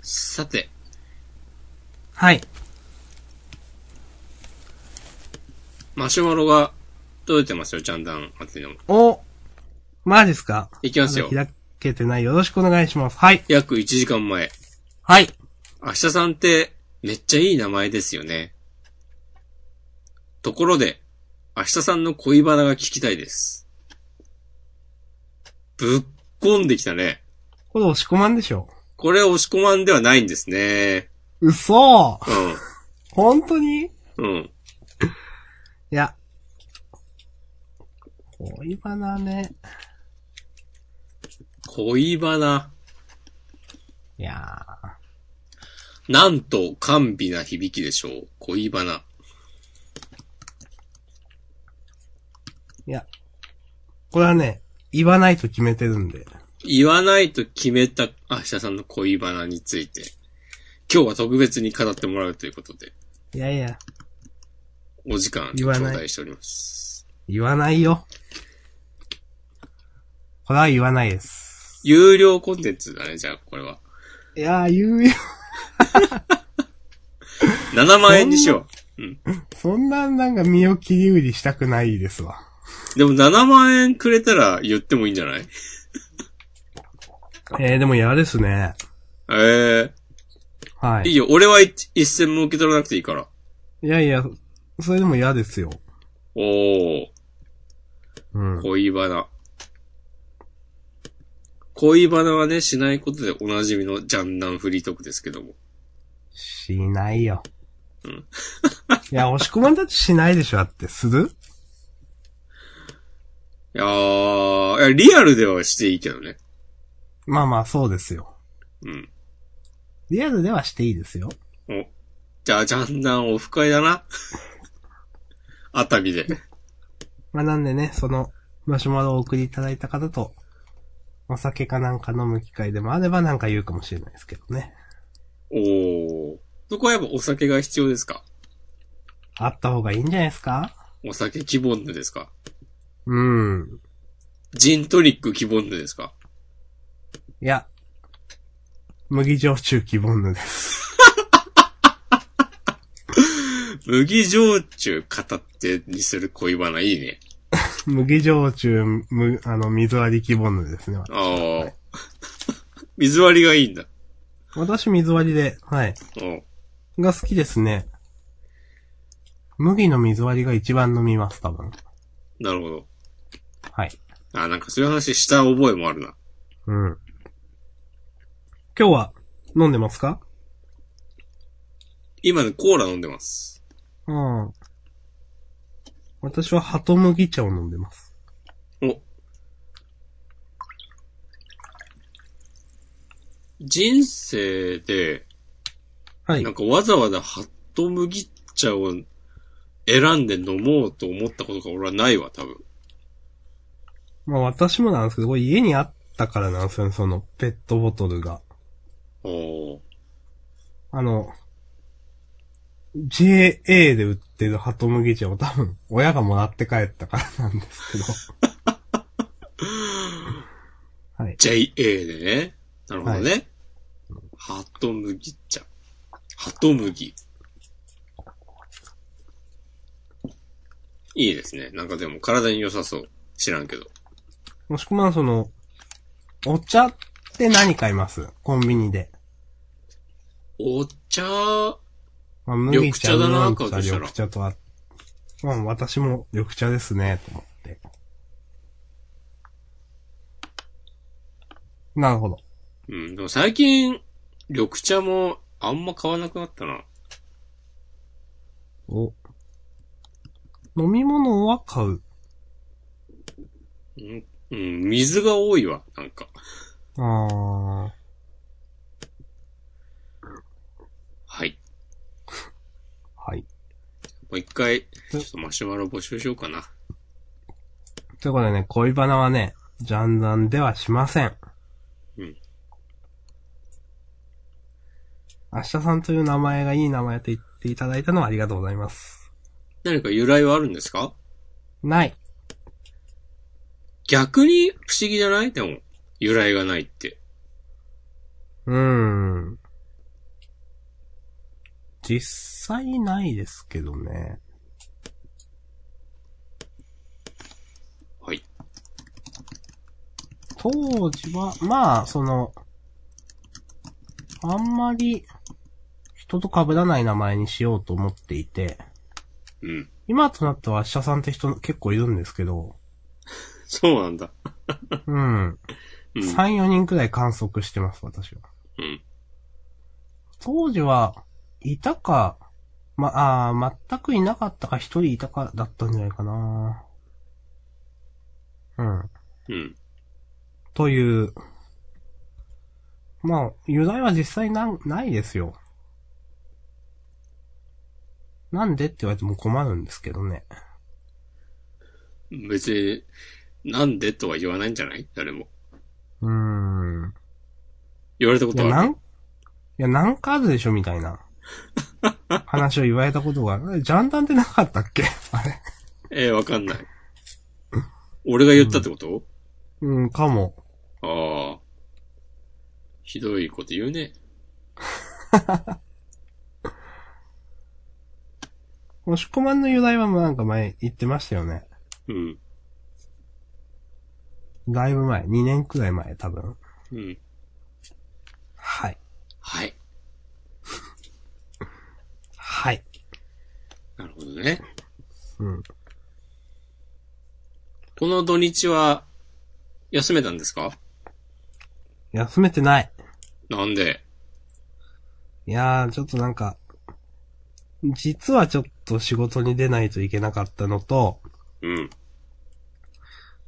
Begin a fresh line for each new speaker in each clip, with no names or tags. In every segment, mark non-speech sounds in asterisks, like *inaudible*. さて、
はい。
マシュマロが届いてますよ、ちゃんだん。あての。
お、マジですか
いきますよ
ま。だ開けてない。よろしくお願いします。はい。
約1時間前。
はい。
明日さんって、めっちゃいい名前ですよね。ところで、明日さんの恋バナが聞きたいです。ぶっこんできたね。
これ押し込まんでしょ
これ押し込まんではないんですね。
嘘
う
本当にい
ん。うん。
や。恋バナね。
恋バナ。
いやー。
なんと、甘美な響きでしょう。恋バナ。
いや。これはね、言わないと決めてるんで。
言わないと決めた明日さんの恋バナについて、今日は特別に語ってもらうということで、
いやいや、
お時間頂
言わない
戴しております。
言わないよ。これは言わないです。
有料コンテンツだね、じゃあ、これは。
いやー、言うよ。
7万円にしよ
そんな、なんか身を切り売りしたくないですわ。
う。でも7万円くれたら言ってもいいんじゃない
えー、でも嫌ですね。
え
は
えー。い
い。
いよ、俺は一一銭も受け取らなくていいから。
いやいや、それでも嫌ですよ。
おー、
うん。
恋バナ。恋バナはね、しないことでおなじみのジャンダンフリートークですけども。
し *laughs* ないよ。
うん。
いや、押し込まんたちしないでしょ、だって。す
い
る
やー、いやリアルではしていいけどね。
まあまあ、そうですよ。
うん。
リアルではしていいですよ。
お。じゃあ、ジャンダンオフ会だな。 *laughs* 熱海で。
まあなんでね、その、マシュマロをお送りいただいた方と、お酒かなんか飲む機会でもあればなんか言うかもしれないですけどね。
おー。そこはやっぱお酒が必要ですか
あった方がいいんじゃないですか
お酒希望ぬですか
うん。
ジントニック希望ぬですか
いや、麦焼酎希望のです。
麦焼酎片手にする恋バナいいね。
麦焼酎、む、あの、水割り希望のですね。
ああ。水割りがいいんだ。
私水割りで、はい。
お
が好きですね。麦の水割りが一番飲みます、多分。
なるほど。
はい。
あ、なんかそういう話した覚えもあるな。
うん。今日は、飲んでますか
今ね、コーラ飲んでます。
うん。私は鳩麦茶を飲んでます。
お。人生で、
はい
なん。かわざわざハット麦茶を選んで飲もうと思ったことが俺はないわ、多分。
まあ私もなんですけど、これ家にあったからなんですよね、そのペットボトルが。
おー
あの、JA で売ってる鳩麦茶を多分、親がもらって帰ったからなんですけど。 *laughs* はい。
JA でね。なるほどね。ハット麦茶。ハト麦。いいですね。なんかでも体に良さそう。知らんけど。
もしくはその、お茶って何買いますコンビニで。
お茶、
まあ、
緑
麦
茶だな
ウーロン
買うとしたら
緑茶とは、まあ私も緑茶ですね、と思って。なるほど。
うん。でも最近、緑茶もあんま買わなくなったな。
お。飲み物は買う。
うん、うん、水が多いわ。なんか。
あー。
はい。
はい。
もう一回、ち
う
ょ
ん
っとマシュマロ募集しようかな。
ということでね、恋バナはね、ジャンダンではしません。
うん。
明日さんという名前がいい名前と言っていただいたのはありがとうございます。
何か由来はあるんですか
ない。
逆に不思議じゃないでも、由来がないって。
うーん。実際ないですけどね。
はい。
当時は、まあ、その、あんまり、人と被らない名前にしようと思っていて、
うん。
今となっては、社さんって人結構いるんですけど、
そうなんだ。
うん。
うん。
3、4人くらい観測してます、私は。
うん。
当時は、いたか、ま、あー全くいなかったか、一人いたか、だったんじゃないかな。うん。
うん。
という。まあ、由来は実際なん、ないですよ。なんでって言われても困るんですけどね。
別に、なんでとは言わないんじゃない誰も。
うーん。
言われたこ
い
と
や、
は
な
ある。
ん、いや、なんかあるでしょ、みた
*laughs*
いな。話を言われたことが、えジャンダンってなかったっけあれ。
えー、わかんない。俺が言ったってこと、
うん、かも。
ああ。ひどいこと言うね。
押し込まんの由来はもうなんか前言ってましたよね。
うん。
だいぶ前、2年くらい前多分。
うん。
はい。
はい。
はい。
なるほどね。
うん。
この土日は、休めたんですか
休めてない。
なんで
いやー、ちょっとなんか、実はちょっと仕事に出ないといけなかったのと、
うん。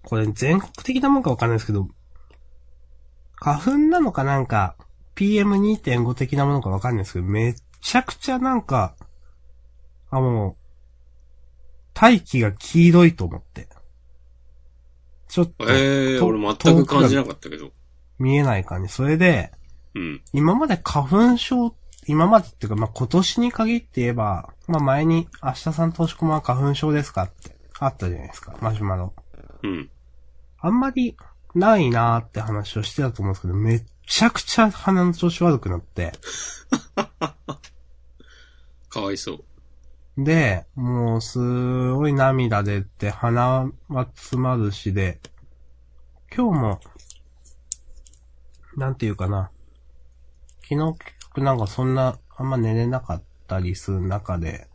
これ全国的なもんかわかんないですけど、花粉なのかなんか、PM2.5 的なものかわかんないですけど、めちゃくちゃなんか、あ、もう、大気が黄色いと思って。ちょっと
ええ
と
俺全く感じなかったけど。
見えない感じ。それで、
うん。
今まで花粉症、今までっていうか、まあ、今年に限って言えば、まあ、前に、明日さんとしこまは花粉症ですかって、あったじゃないですか、マシュマロ。
うん。
あんまり、ないなーって話をしてたと思うんですけど、めっちゃくちゃ鼻の調子悪くなって、
かわいそう。
で、もう、すごい涙出て、鼻は詰まるしで、今日も、なんていうかな。昨日結局なんかそんな、あんま寝れなかったりする中で、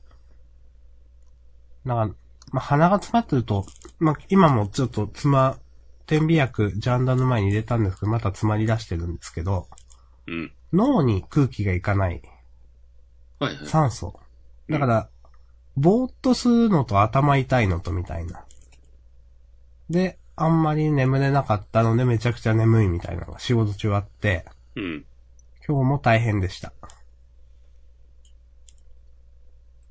なんか、まあ、鼻が詰まってると、まあ、今もちょっとつま、点鼻薬、ジャンダの前に入れたんですけど、また詰まり出してるんですけど、
うん。
脳に空気がいかない。
はいはい。
酸素。だから、ぼーっとするのと頭痛いのとみたいな。で、あんまり眠れなかったのでめちゃくちゃ眠いみたいなのが仕事中あって、
うん。
今日も大変でした。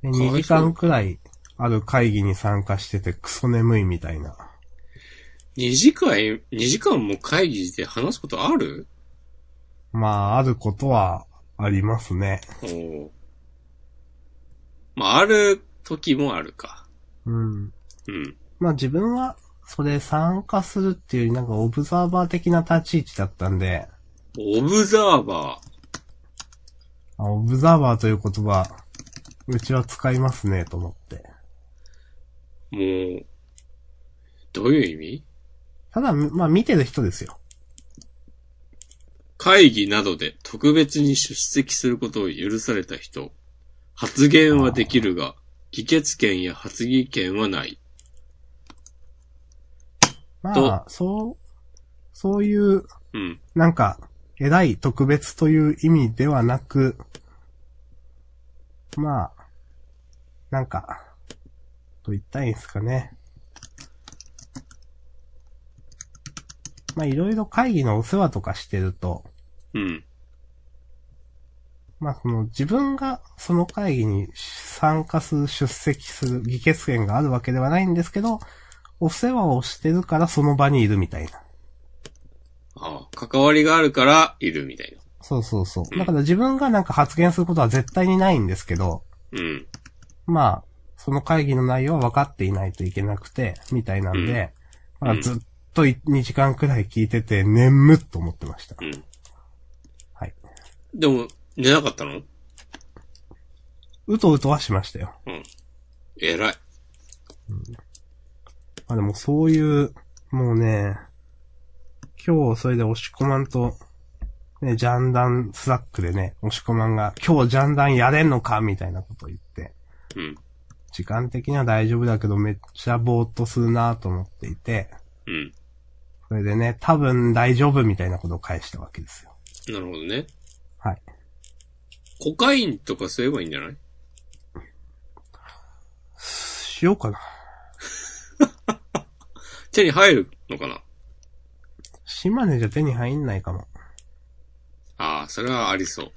で、
かわい
2
そう
時間くらいある会議に参加しててクソ眠いみたいな。
2時間、2時間も会議で話すことある
まあ、あることはありますね。
おーまあ、ある時もあるか。
うん。
うん。
まあ自分は、それ参加するっていうよりなんかオブザーバー的な立ち位置だったんで、
オブザーバ
あオブザーバーという言葉、うちは使いますね、と思って。
ー。もう、どういう意味
ただ、まあ見てる人ですよ。
会議などで特別に出席することを許された人。発言はできるが、議決権や発議権はない。
まあ
と、
そう、そういう、
うん。
なんか、偉い特別という意味ではなく、まあ、なんか、と言ったらいいんですかね。まあいろいろ会議のお世話とかしてると、
うん。
まあ、その自分がその会議に参加する、出席する、議決権があるわけではないんですけど、お世話をしてるからその場にいるみたいな。
ああ、関わりがあるから、いるみたいな。
そうそうそう。
ん
だから自分がなんか発言することは絶対にないんですけど、
うん。
まあ、その会議の内容は分かっていないといけなくて、みたいなんで、
うん
まあ、ずっと2時間くらい聞いてて、眠っと思ってました。
うん。
はい。
でも、寝なかったの
うとうとはしましたよ。
偉い。
あ、でもそういう、もうね、今日それで押し込まんと、ね、ジャンダンスラックでね、押し込まんが、今日ジャンダンやれんのかみたいなこと言って、
うん。
時間的には大丈夫だけどめっちゃぼーっとするなと思っていて、
うん。
それでね、多分大丈夫みたいなことを返したわけですよ。
なるほどね。
はい。
コカインとかすればいいんじゃない
しようかな。
手に入るのかな
島根じゃ手に入んないかも。
ああ、それはありそう。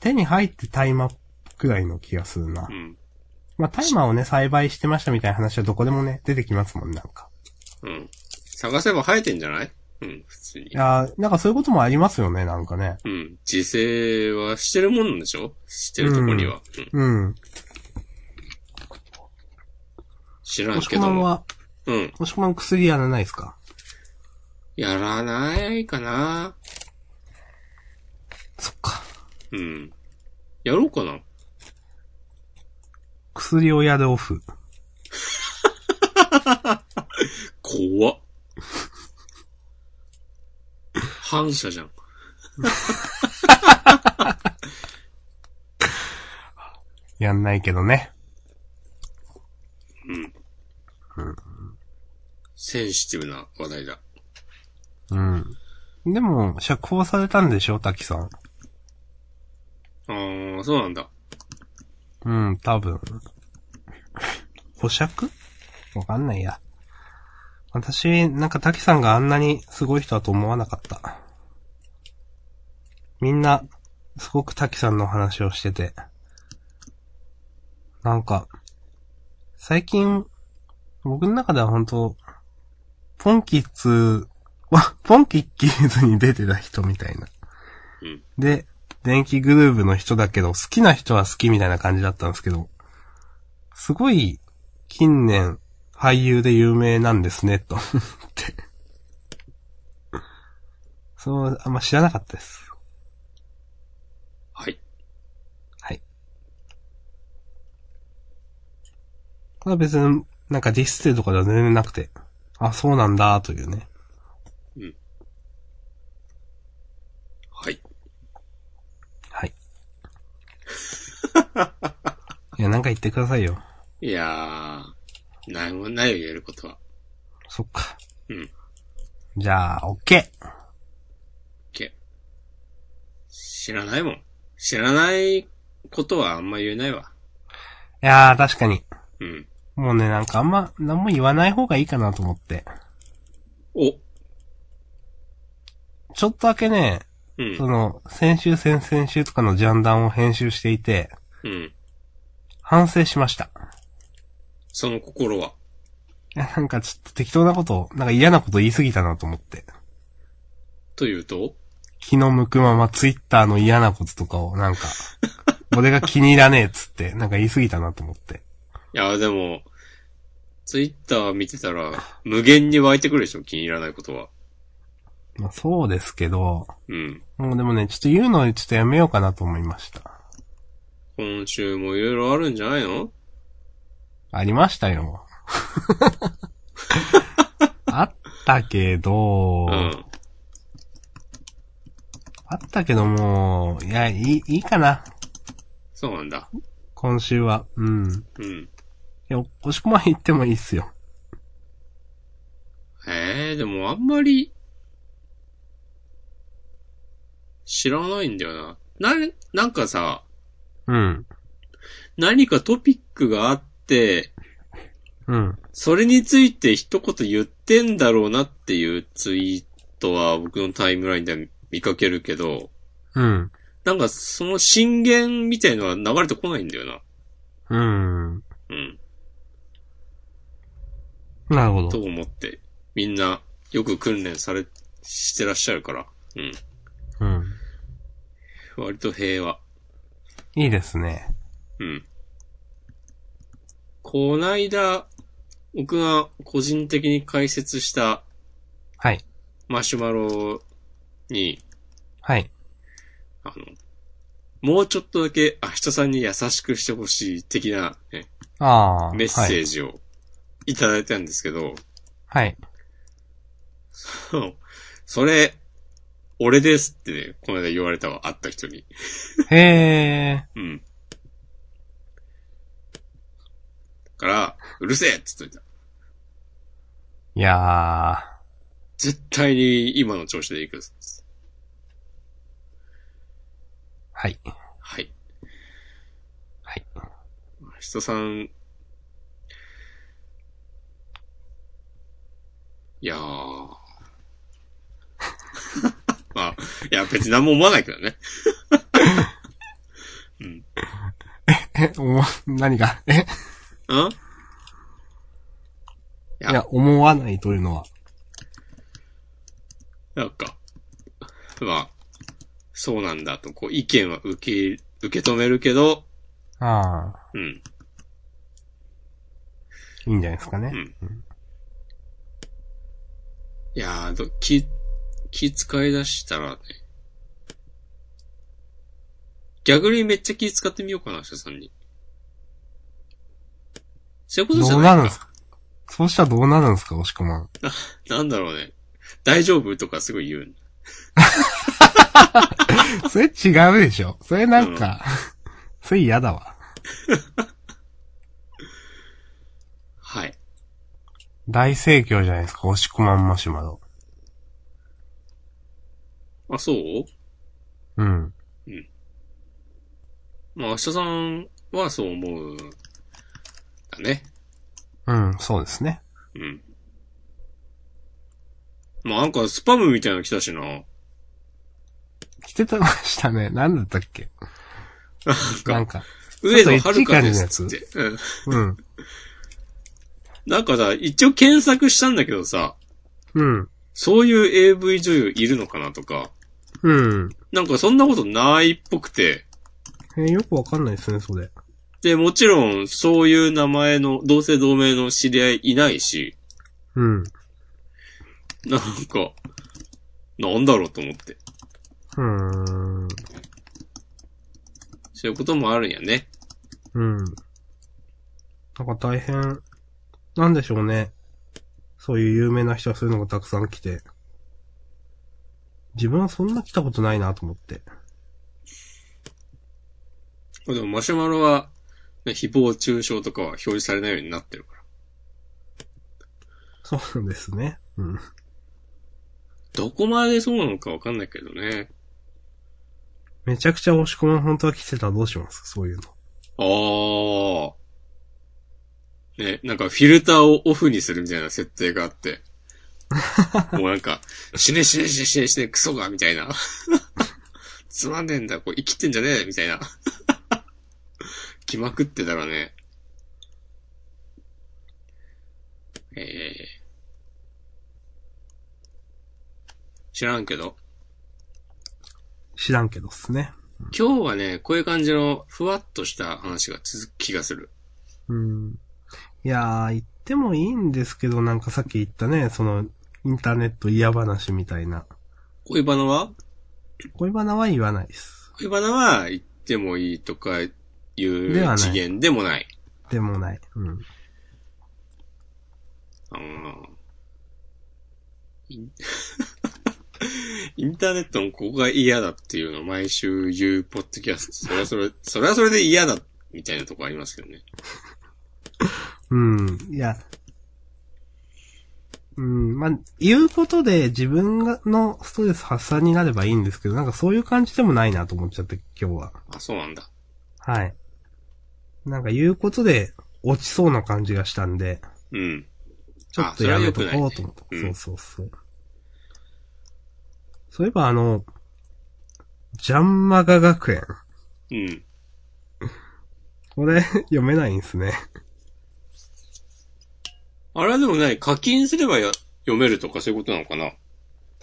手に入って大麻くらいの気がするな
う。ん。
まあ、大麻をね、栽培してましたみたいな話はどこでもね、出てきますもん、なんか。
うん。探せば生えてんじゃないうん、普通に
い。やーなんかそういうこともありますよね、なんかね。
うん。自生はしてるもんなんでしょしてるとこには。うん。
うん。
知らん
押し
け
込ま
ど
ん
も。
は、
うん。
押し込まん薬やらないですか
やらないかな
そっか。
うん。やろうかな
薬をやるオフ。
*laughs* 怖っ。反射じゃん。
やんないけどね。
センシティブな話題だ。
うん。でも、釈放されたんでしょ、滝さん。
ああ、そうなんだ。
うん、多分。保釈わかんないや。私、なんか滝さんがあんなにすごい人だと思わなかった。みんな、すごく滝さんの話をしてて。なんか、最近、僕の中では本当ポンキッズ、わ、ポンキッキーズに出てた人みたいな。
うん
で、電気グルーヴの人だけど、好きな人は好きみたいな感じだったんですけど、すごい、近年、俳優で有名なんですね、と思 *laughs* って。そう、あんま知らなかったです。
はい。
これは別に、なんかディスってるとかでは全然なくて、あ、そうなんだ、というね。
はい。 *laughs*
はい。いや、なんか言ってくださいよ。
いやー、なんもないよ、やることは。
そっか。
うん。
じゃあ、OK!
け。知らないもん。知らないことはあんま言えないわ。
いやー、確かに。
うん。
もうね、なんかあんま、何も言わない方がいいかなと思って。
お、
ちょっとだけね、
うん
そ。の、先週、先々週とかのジャンダンを編集していて、
うん。
反省しました。
その心は。
いや、なんかちょっと適当なことを、なんか嫌なこと言い過ぎたなと思って。
というと
気の向くままツイッターの嫌なこととかを、なんか、俺が気に入らねえっつって、なんか言い過ぎたなと思って。
いや、でも、ツイッター見てたら、無限に湧いてくるでしょ、気に入らないことは。
まあそうですけど、
うん。
もうでもね、ちょっと言うのをちょっとやめようかなと思いました。
今週もいろいろあるんじゃないの
ありました
*laughs*
よ。あったけど、
うん。
あったけどもう、いや、いい、いいかな。
そうなんだ。
今週は。うん。い
うん。
や、押し込まん行ってもいいっすよ。
ええでもあんまり、知らないんだよな。な、なんかさ、
うん。
何かトピックがあって、
うん。
それについて一言言ってんだろうなっていうツイートは僕のタイムラインでは見かけるけど、
うん。
なんかその震源みたいのは流れてこないんだよな。
うん。
うん。
なるほ
と
ど。
思って。みんなよく訓練され、してらっしゃるから。うん。
うん。
割と平和。
いいですね。
うん。こないだ、僕が個人的に解説した
はい。
マシュマロに、
はい。
あの、もうちょっとだけ明日さんに優しくしてほしい的な、ね、
ああ。
メッセ
はい。
ージをいただいたんですけど、 *laughs*
はい。
それ、俺ですってね、この間言われたわ、会った人に。
へえ。
うん。だから、うるせえっつっといた。
いや
絶対に今の調子でいく。
ー。はい。
はい。
はい。 *laughs*
人さん、いやー。 *laughs* まあ、いや、別に何も思わないけどね。
え、お、何が、え
うん
いや、思わないというのは。
なんか、まあ、そうなんだと、こう、意見は受け、受け止めるけど、
ああ。
うん。
いいんじゃないですかね。
いやー、ど気、気使い出したらね。逆にめっちゃ気使ってみようかな、社さんに。そういうことじ
ど
ゃ
う
な
ない
か
るんですかそうしたらどうなるんですか、おしくまん。
なんだろうね。大丈夫とかすごい言うんだ。
それ違うでしょ。それなんか、それ嫌だわ。
はい。
大盛況じゃないですか、おしくまんマシュマロ。
あ、そう
うん。
まあ、明日さんはそう思う。だね。
うん、そうですね。
うん。まあ、なんかスパムみたいなの来たしな。なん
来てましたね。なんだったっけなん
か、
か。
上野
ちょっとエッチ
遥
い感
で
じの
す
や
っ
つ
つって。うん。
うん。
なんかさ、一応検索したんだけどさ、
うん。
そういう AV 女優いるのかなとか、
うん。
なんかそんなことないっぽくて、
えーよくわかんないですね、それ。
で、もちろん、そういう名前の、同姓同名の知り合いいないし、
うん。
なんか、なんだろうと思って。
うん。
そういうこともあるんやね。
うん。なんか大変、なんでしょうね。そういう有名な人はそういうのがたくさん来て。自分はそんな来たことないなと思って。
でも、マシュマロは、ね、誹謗中傷とかは表示されないようになってるから。
そうなんですね。うん。
どこまでそうなのかわかんないけどね。
めちゃくちゃ押し込む本当は来てたらどうしますそういうの。
あー。ね、なんかフィルターをオフにするみたいな設定があ *laughs* って。もうなんか、死ね死ね死ね死ね死ねクソがみたいな。つまんねえんだ、こう生きてんじゃねえみたいな。来まくってたらね。ええ知らんけど。
知らんけどっすね。
今日はね、こういう感じのふわっとした話が続く気がする。
うん。いやー、言ってもいいんですけど、なんかさっき言ったね、その、インターネット嫌話みたいな。
恋バナは
恋バナは言わないです。
恋バナは言ってもいいとかいう
ではない
次元でもない。
でもない。うん。
あのイン *laughs* インターネットのここが嫌だっていうのを毎週言うポッドキャスト。それはそれ、それはそれで嫌だみたいなとこありますけどね。
うん。いや。うん。まあ、言うことで自分がのストレス発散になればいいんですけど、なんかそういう感じでもないなと思っちゃって、今日は。
あ、そうなんだ。
はい。なんか言うことで落ちそうな感じがしたんで、
うん。
ちょっとやめとこうと思った。
それは良くないね
そううんそうそう。そういえばあの、ジャンマガ学園。
うん。
これ *laughs* 読めないんですね。
あれはでもない。課金すればや読めるとかそういうことなのかない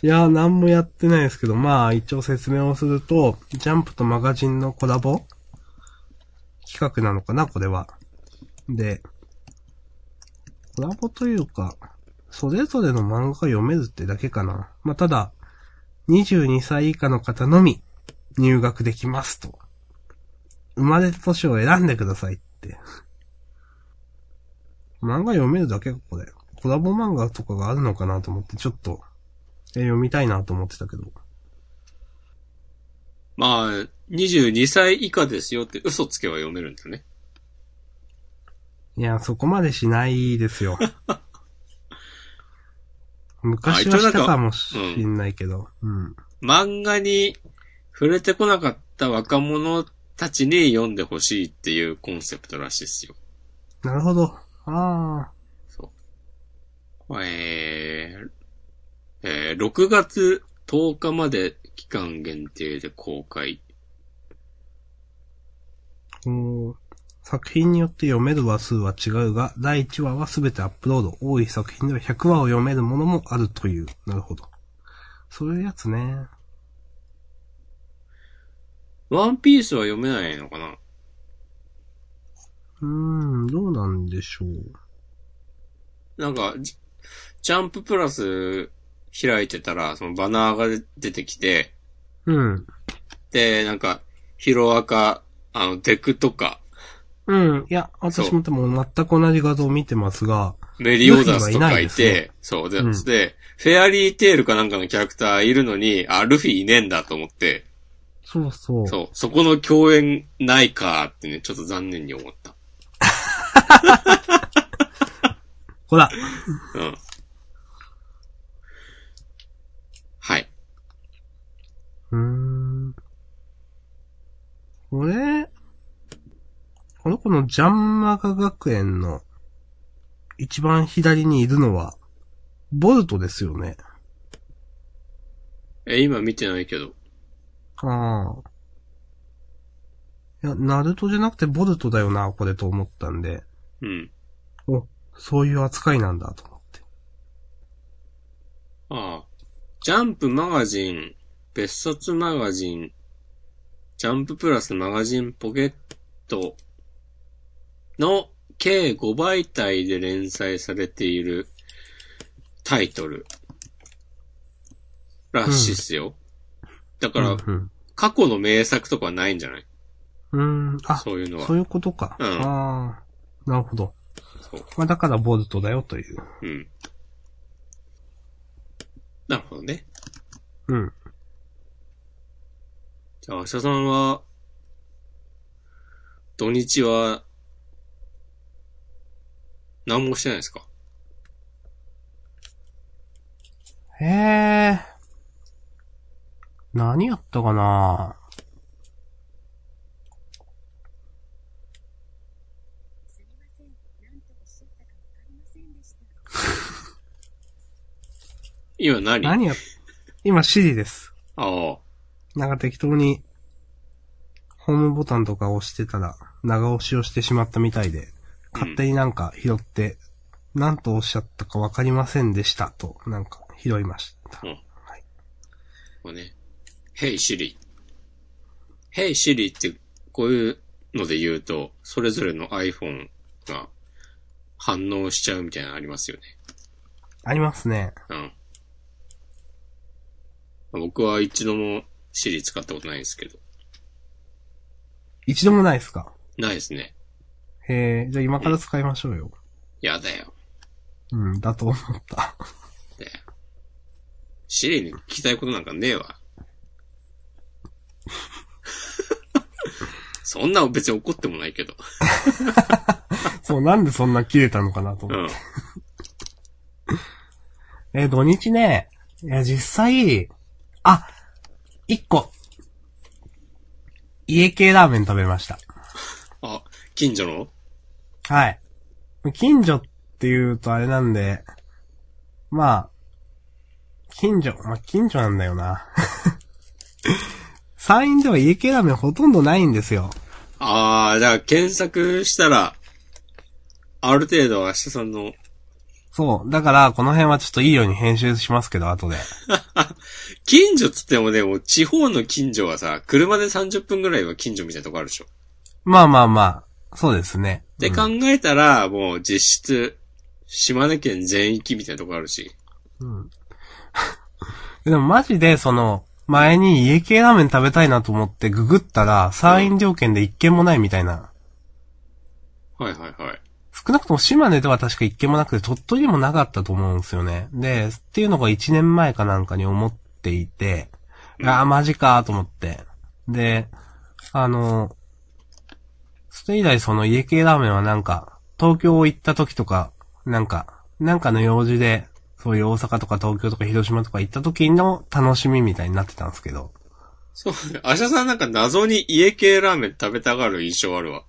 やー、なんもやってないですけど、まあ、一応説明をすると、ジャンプとマガジンのコラボ企画なのかな、これは。で、コラボというか、それぞれの漫画が読めるってだけかな。まあ、ただ、22歳以下の方のみ入学できますと生まれた年を選んでくださいって。漫画読めるだけここで。コラボ漫画とかがあるのかなと思って、ちょっと、え読みたいなと思ってたけど。
まあ、22歳以下ですよって嘘つけば読めるんだね。
いや、そこまでしないです *laughs* よ。昔
あ
は
一応な
し
んか
たかもしんないけど。うん。
漫画に触れてこなかった若者たちに読んでほしいっていうコンセプトらしいですよ。
なるほど。ああ。
そう。えー、えー6月10日まで期間限定で公開。
おー作品によって読める話数は違うが、第1話は全てアップロード。多い作品では100話を読めるものもあるという。なるほど。そういうやつね。
ワンピースは読めないのかな
うーん、どうなんでしょう。
なんか、ジジャンププラス開いてたら、そのバナーが出てきて、
うん。
で、なんか、ヒロアカ、あの、デクとか、
うん。いや、私もでも全く同じ画像を見てますが、
メリオダスとかい
ルフィはいないですね
て、そうで、
うん
で、フェアリーテールかなんかのキャラクターいるのに、あ、ルフィいねえんだと思って、
そうそう。
そう、そこの共演ないかってね、ちょっと残念に思った。
ほら、
うん。はい。
うーん。これ、この子のジャンマガ学園の一番左にいるのは、ボルトですよね。
え、今見てないけど。
ああ。いや、ナルトじゃなくてボルトだよな、これと思ったんで。
うん。
お、そういう扱いなんだと思って。
ああ。ジャンプマガジン、別冊マガジン、ジャンププラスマガジンポケットの計5媒体で連載されているタイトルらしいっすよ。だか
う
ら、
ん、
過去の名作とかはないんじゃない
うん。うーん、あ、
そういうのは。
そういうことか。
うん
ああ、なるほど。
そう
まあだからボルトだよという。
うん。なるほどね。
うん。
じゃあ、明日さんは、土日は、何もしてないですか
へえ。何やったかな
すみません。何とおっしゃったかわかりませんでした。
今何あ
何や、今シリです。
あ。
なんか適当に、ホームボタンとか押してたら、長押しをしてしまったみたいで、勝手になんか拾って、何とおっしゃったかわかりませんでしたと、なんか拾いました。
うんこうね。Hey Siri。Hey Siri って、こういうので言うと、それぞれの iPhone が反応しちゃうみたいなのありますよね。
ありますね。
うん。僕は一度も Siri 使ったことないんですけど。
一度もないですか
ないですね。
へえ、じゃあ今から使いましょうよ。
やだよ。
うん、だと思った。 *laughs*
だよ。Siri に聞きたいことなんかねえ
*laughs*
わ。そんな別に怒ってもないけど。
そう、なんでそんな切れたのかなと思って
うん。
えー土日ね、いや、実際、あ、一個、家系ラーメン食べました。
あ、近所の
はい。近所って言うとあれなんで、まあ、近所、まあ近所なんだよな。 *laughs* 山陰では家系ラーメンほとんどないんですよ。
ああ、だから検索したら、ある程度は明日さんの、
そう。だから、この辺はちょっといいように編集しますけど、後で。
近所っつってもね、もう地方の近所はさ、車で30分ぐらいは近所みたいなとこあるでしょ。
まあまあまあ、そうですね。
で、
うん
考えたら、もう実質、島根県全域みたいなとこあるし。
うん。でもマジで、その、前に家系ラーメン食べたいなと思ってググったら、参院条件で一軒もないみたいな。
はいはいはい。
少なくとも島根では確か一軒もなくて、鳥取にもなかったと思うんですよね。で、っていうのが1年前かなんかに思っていて、
うん
ああ、マジかーと思って。で、あの、それ以来その家系ラーメンはなんか、東京行った時とか、なんか、なんかの用事で、そういう大阪とか東京とか広島とか行った時の楽しみみたいになってたんですけど。
そう、アシャさんなんか謎に家系ラーメン食べたがる印象あるわ。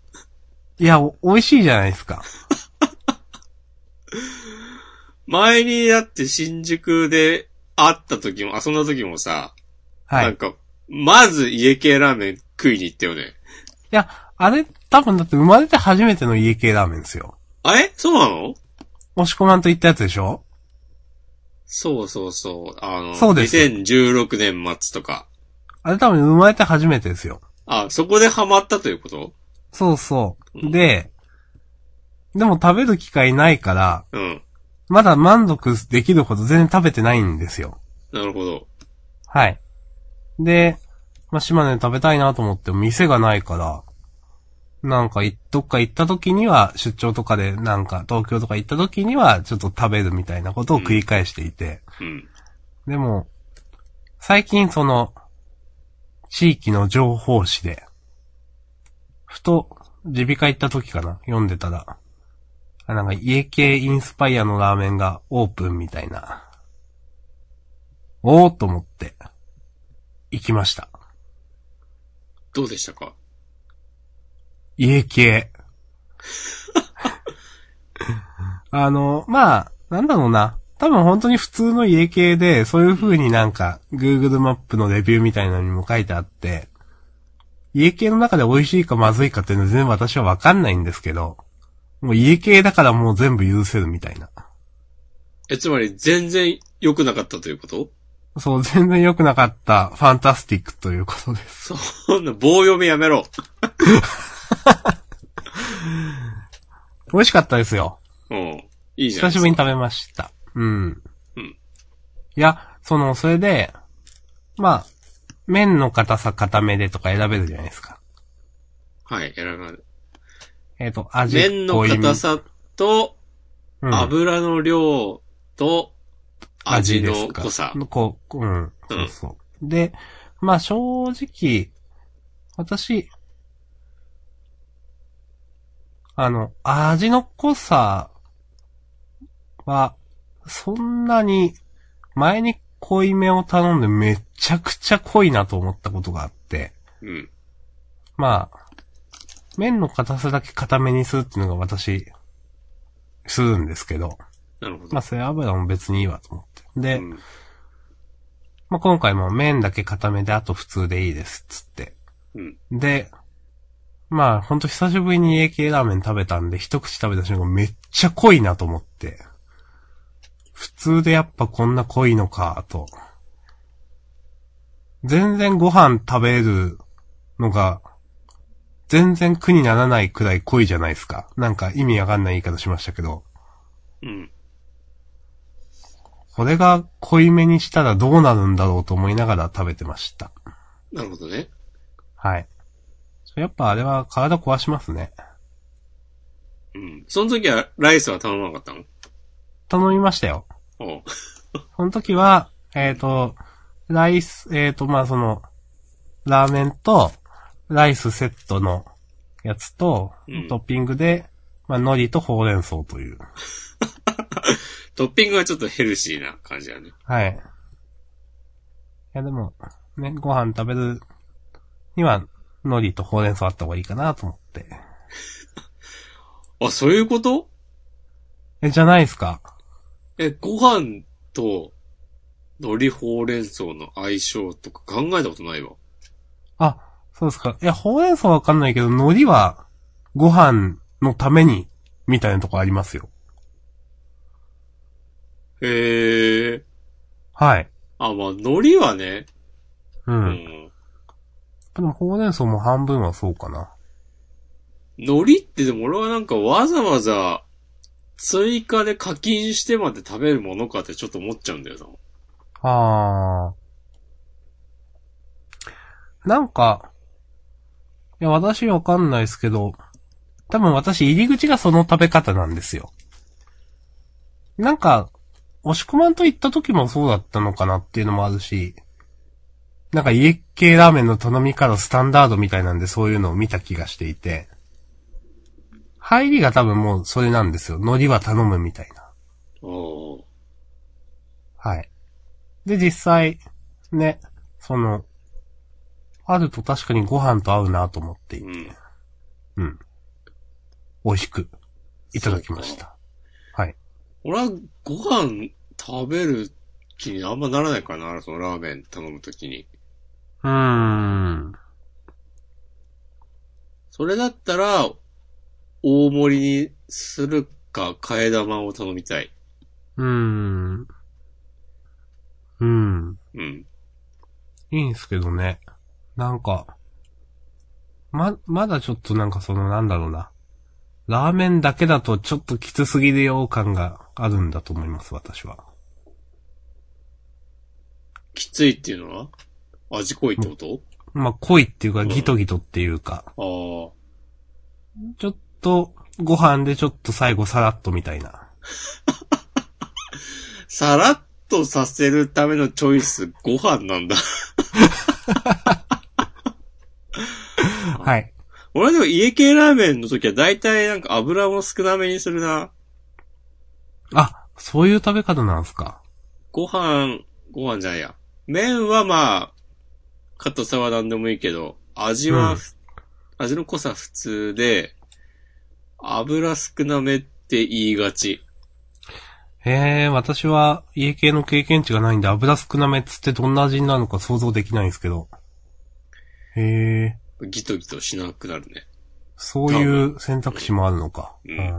いや、お美味しいじゃないですか。
前にだって新宿で会った時も、遊んだ時もさ、
は。
ないん
い
か、まず家系ラーメン食いに行ったよね。
や、あれ、多分だって生まれて初めての家系ラーメンですよ。
あれそうなの
押し込まんと言ったやつでしょ
そうそうそう。あの、
そうです
2016年末とか。
あれ多分生まれて初めてですよ。
あ、そこでハマったということ
そうそうう。
ん
で、でも食べる機会ないから、
うん。
まだ満足できるほど全然食べてないんですよ。
なるほど。
はい。で、まあ、島根食べたいなと思っても店がないから、なんかい、どっか行った時には、出張とかで、なんか、東京とか行った時には、ちょっと食べるみたいなことを繰り返していて。
うん。
でも、最近その、地域の情報誌で、ふと、耳鼻科行った時かな読んでたら、あ、なんか家系インスパイアのラーメンがオープンみたいな。おーっと思って、行きました。
どうでしたか
家系。 *laughs* あの、まあ、なんだろうな。多分本当に普通の家系で、そういう風になんか、Google マップのレビューみたいなのにも書いてあって、家系の中で美味しいかまずいかっていうのは全然私はわかんないんですけど、もう家系だからもう全部許せるみたいな。
え、つまり全然良くなかったということ
そう、全然良くなかった、ファンタスティックということです。
そんな棒読みやめろ。
美味しかったですよ。
うん。いいじゃん。
久しぶりに食べました。うん。
うん
いや、その、それで、まあ、麺の硬さ硬めでとか選べるじゃないですか。
はい、選ばない。
えっ、と、味
麺の
濃いめ
硬さと、
うん
油の量と、味
です
の
か
濃さ。
こう、うん。そうそう。で、まあ正直、私、あの、味の濃さは、そんなに、前に濃いめを頼んでめちゃくちゃ濃いなと思ったことがあって、
うん。
まあ、麺の硬さだけ硬めにするっていうのが私、するんですけど、
なるほど。
まあ背油も別にいいわと思って。で、
うん
まあ、今回も麺だけ固めで、あと普通でいいです、つって。
うん。
で、まあ、ほんと久しぶりに家系ラーメン食べたんで、一口食べた瞬間めっちゃ濃いなと思って。普通でやっぱこんな濃いのか、と。全然ご飯食べるのが、全然苦にならないくらい濃いじゃないですか。なんか意味わかんない言い方しましたけど。
うん。
これが濃いめにしたらどうなるんだろうと思いながら食べてました。
なるほどね。
はい。やっぱあれは体壊しますね。
うん。その時は、ライスは頼まなかったの
頼みましたよ。
おう。
その時は、えっ、と、ライス、えっ、と、まあ、その、ラーメンと、ライスセットのやつと、
うん
トッピングで、まあ、海苔とほうれん草という。
トッピングはちょっとヘルシーな感じだね。
はい。いや、でも、ね、ご飯食べるには、海苔とほうれん草あった方がいいかなと思って。
あ、そういうこと
え、じゃないですか。
え、ご飯と、海苔ほうれん草の相性とか考えたことないわ。
あ、そうですか。いや、ほうれん草はわかんないけど、海苔は、ご飯のために、みたいなとこありますよ。
へえ。
はい。
あ、まあ、海苔はね。
うん。
う
で
ん。
も、ほうれん草も半分はそうかな。
海苔ってでも俺はなんかわざわざ、追加で課金してまで食べるものかってちょっと思っちゃうんだよな。
あー。なんか、いや、私わかんないですけど、多分私入り口がその食べ方なんですよ。なんか、押し込まんと行った時もそうだったのかなっていうのもあるし、なんか家系ラーメンの頼みからスタンダードみたいなんでそういうのを見た気がしていて、入りが多分もうそれなんですよ。海苔は頼むみたいな。
おー
はい。で、実際、ね、その、あると確かにご飯と合うなと思っていて、
うん。
うん。美味しく、いただきました。はい。
俺はご飯食べる気にあんまならないかな、そのラーメン頼むときに。
うーん。
それだったら、大盛りにするか、替え玉を頼みたい。
うーん。うん。
うん。
いいんすけどね。なんか、ま、まだちょっとなんかそのなんだろうな。ラーメンだけだとちょっときつすぎるよう感があるんだと思います、私は。
きついっていうのは味濃いってこと、
まあ、濃いっていうか
ん
ギトギトっていうか、
ああ。
ちょっとご飯でちょっと最後さらっとみたいな。
さらっとさせるためのチョイス、ご飯なんだ。
はい。
俺でも家系ラーメンの時は大体なんか油も少なめにするな。
あ、そういう食べ方なんすか。
ご飯、ご飯じゃないや。麺はまあ、硬さは何でもいいけど、味は、
うん
味の濃さ普通で、油少なめって言いがち。
へえ、私は家系の経験値がないんで油少なめっつってどんな味になるのか想像できないんですけど。へえ、
ギトギトしなくなるね。
そういう選択肢もあるのか。
うん
あー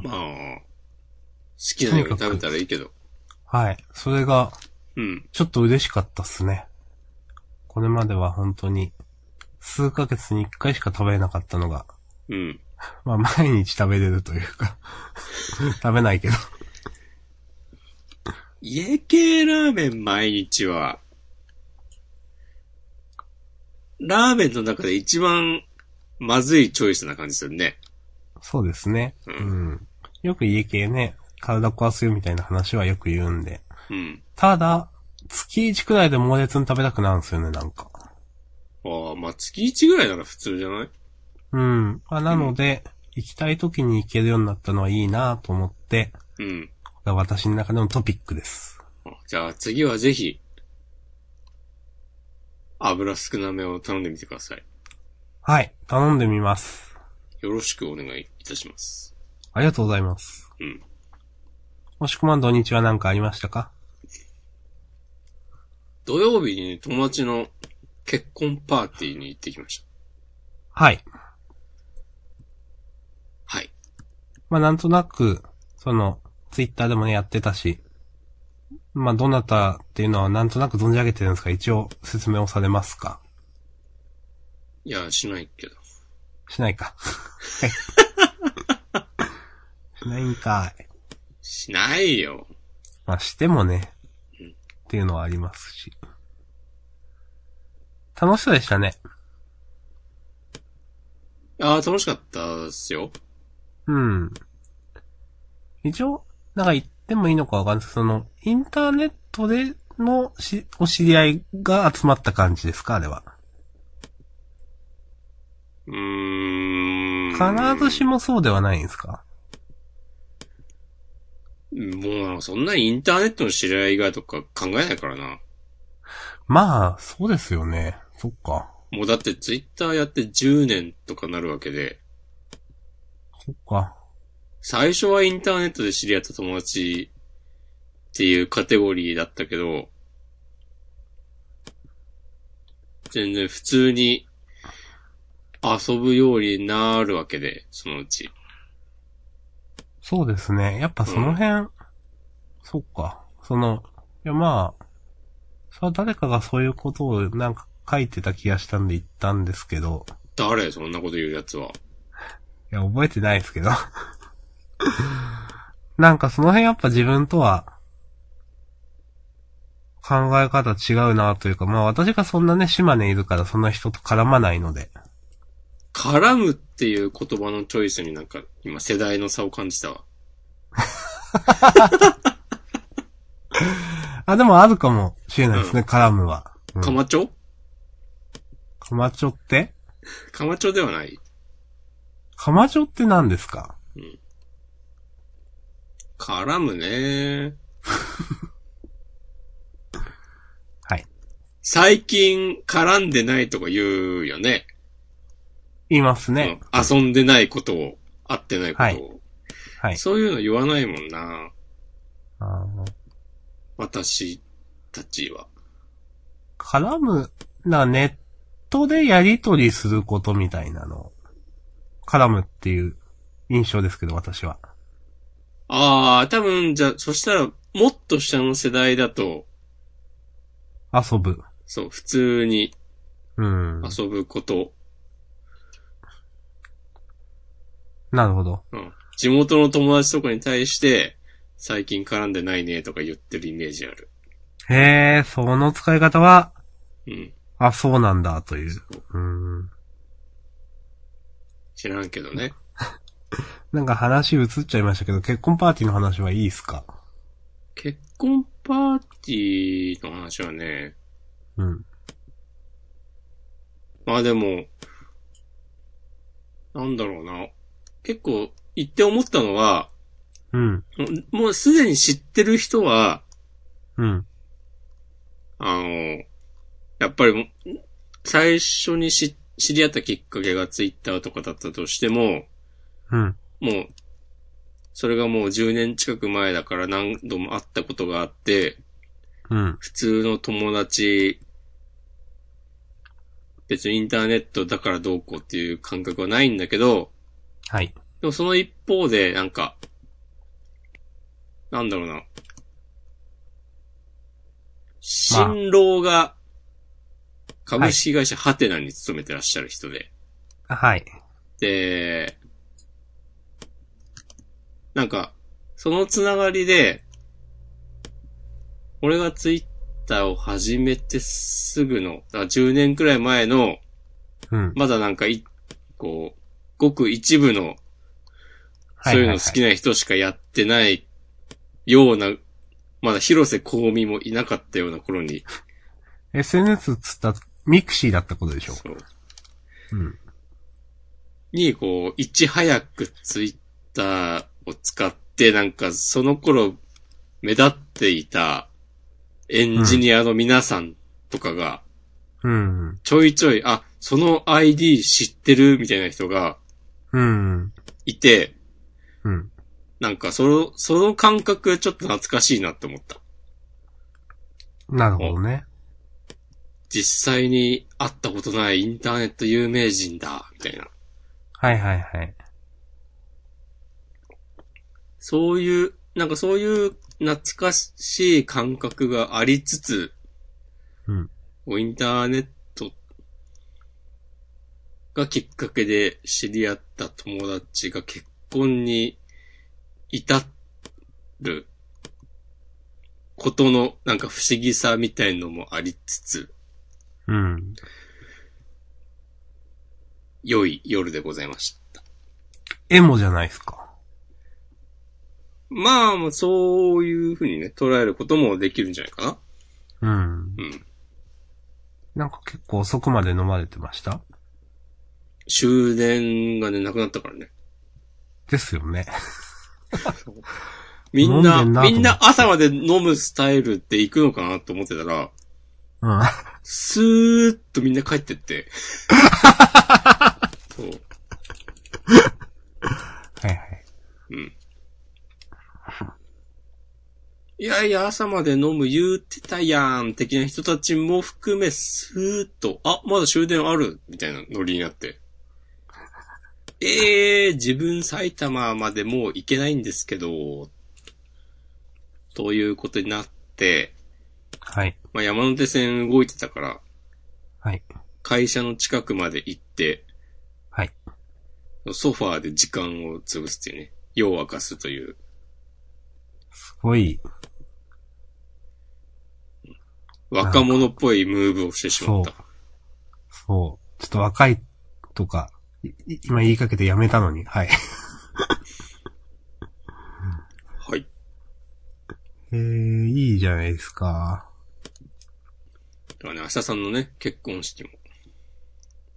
まあ、好きなように食べたらいいけど。
あ、はい。それが、
うん。
ちょっと嬉しかったっすね。これまでは本当に、数ヶ月に一回しか食べれなかったのが、
うん。
まあ毎日食べれるというか、 *laughs* 食べないけど。
家系ラーメン毎日は、ラーメンの中で一番まずいチョイスな感じするね。
そうですね。
う
うん。よく家系ね、体壊すよみたいな話はよく言うんで。
うん。
ただ、月1くらいで猛烈に食べたくなるんですよね、なんか。
ああ、まあ、月1ぐらいなら普通じゃない
うん。まあ、なので、行きたい時に行けるようになったのはいいなと思って、
うん。
これは私の中でのトピックです。
じゃあ次はぜひ、油少なめを頼んでみてください。
はい。頼んでみます。
よろしくお願いいたします。
ありがとうございます。
うん。
もしくまん土日は何かありましたか
土曜日に友達の結婚パーティーに行ってきました。
はい。
はい。
まあ、なんとなく、その、ツイッターでもね、やってたし、まあ、どなたっていうのはなんとなく存じ上げてるんですが、一応説明をされますか
いや、しないけど。
しないか。はい。しないんかい。
しないよ。
まあ、してもね
うん、
っていうのはありますし。楽しそうでしたね。
ああ、楽しかったっすよ。
うん。一応、なんか言ってもいいのかわかんないですけど、その、インターネットでのし、お知り合いが集まった感じですかあれは。
うーん。
必ずしもそうではないんですか
もうなんかそんなインターネットの知り合い以外とか考えないからな。
まあ、そうですよね。そっか。
もうだってツイッターやって10年とかなるわけで、
そっか。
最初はインターネットで知り合った友達っていうカテゴリーだったけど、全然普通に遊ぶようになるわけで、そのうち。
そうですね。やっぱその辺、そっか。その、いやまあ、それは誰かがそういうことをなんか書いてた気がしたんで言ったんですけど、
誰そんなこと言うやつは。
いや、覚えてないですけど。 *laughs* なんかその辺やっぱ自分とは、考え方違うなというか、まあ私がそんなね、島根いるからそんな人と絡まないので。
絡むっていう言葉のチョイスになんか、今世代の差を感じたわ。
あ、でもあるかもしれないですね、絡むは。うん
かまちょ
かまちょって
かまちょではない
かまちょって何ですか
絡むね。
はい。
最近絡んでないとか言うよね。
言いますね。
うん遊んでないことを、会ってないことを。
はい。
そういうの言わないもんな。
あー
私たちは。
絡む、な、ネットでやりとりすることみたいなの。絡むっていう印象ですけど、私は。
ああ、多分、じゃあ、そしたら、もっと下の世代だと、
遊ぶ。
そう、普通に
うん。
遊ぶこと、
なるほど。
うん。地元の友達とかに対して、最近絡んでないねとか言ってるイメージある。
へえ、その使い方は、
うん。
あ、そうなんだ、という。
そう
うん。
知らんけどね。
なんか話移っちゃいましたけど、結婚パーティーの話はいいですか
結婚パーティーの話はね、
うん。
まあでも、なんだろうな。結構、言って思ったのは、
うん。
もうすでに知ってる人は、
うん。
あの、やっぱりも、最初にし知り合ったきっかけがツイッターとかだったとしても、
うん。
もう、それがもう10年近く前だから何度も会ったことがあって、
うん。
普通の友達、別にインターネットだからどうこうっていう感覚はないんだけど、
はい。
でもその一方で、なんか、なんだろうな。新郎が、株式会社ハテナに勤めてらっしゃる人で、
はい。
で、なんか、そのつながりで、俺がツイッターを始めてすぐの、だから10年くらい前の、
うん。
まだなんかい、こう、ごく一部の、そういうの好き
な。
な人しかやってないような、まだ広瀬香美もいなかったような頃に、
SNS っつった、ミクシーだったことでしょ
そう
うん。
に、こう、いち早くツイッターを使って、なんか、その頃、目立っていた、エンジニアの皆さんとかが、
うん。
ちょいちょい、あ、その ID 知ってるみたいな人が
うん。
いて、
うん。
なんか、その、その感覚、ちょっと懐かしいなって思った。
なるほどね。
実際に会ったことないインターネット有名人だ、みたいな。
はいはいはい。
そういう、なんかそういう懐かしい感覚がありつつ、
うん
こうインターネットがきっかけで知り合った友達が結婚に至ることのなんか不思議さみたいのもありつつ、
うん。
良い夜でございました。
エモじゃないですか。
まあ、そういうふうにね、捉えることもできるんじゃないかな。
うん。
うん。
なんか結構遅くまで飲まれてました
終電がね、なくなったからね。
ですよね。
みんな、
飲んでんなと思っ
み
て
んな朝まで飲むスタイルって行くのかなと思ってたら、
*laughs* うん。
スーッとみんな帰って
*laughs*
って。そう。
はいはい。
うん。いやいや、朝まで飲む言うてたやん、的な人たちも含め、スーッと、あ、まだ終電ある、みたいなノリになって。ええー、自分埼玉までもう行けないんですけど、ということになって、
はい。
まあ、山手線動いてたから、
はい。
会社の近くまで行って、
はい。
ソファーで時間を潰すっていうね、夜を明かすという、
すごい、
若者っぽいムーブをしてしまった。
そう。ちょっと若いとか、いい今言いかけてやめたのに、はい。
はい。
*laughs* えー、いいじゃないですか。
だからね、明日さんのね、結婚式も、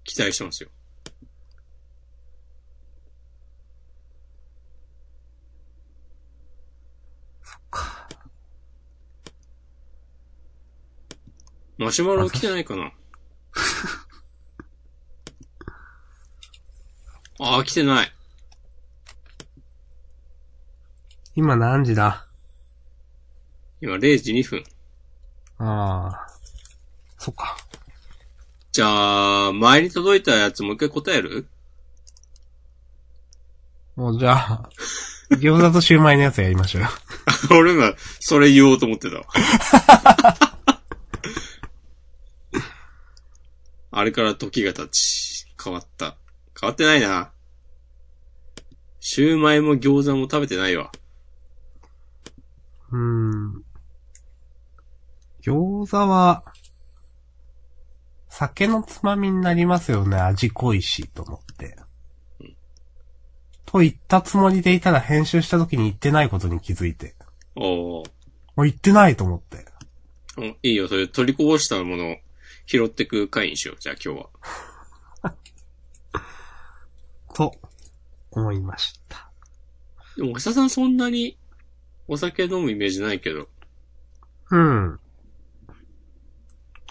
期待してますよ。マシュマロ来てないかなああ、来てない。
今何時だ
今0時2分。
ああ。そっか。
じゃあ、前に届いたやつもう一回答える
もうじゃ *laughs* あ、餃子とシューマイのやつやりましょうよ。
*laughs* 俺今、それ言おうと思ってたわ。 *laughs* あれから時が経ち、変わった。変わってないな。シューマイも餃子も食べてないわ。
うーん。餃子は、酒のつまみになりますよね。味濃いし、と思って。と言ったつもりでいたら編集した時に言ってないことに気づいて。
おー
もう言ってないと思って。
うんいいよ、それ取りこぼしたものを拾ってく回にしよう。じゃあ今日は。
と、思いました。
でも、おささんそんなにお酒飲むイメージないけど。
うん。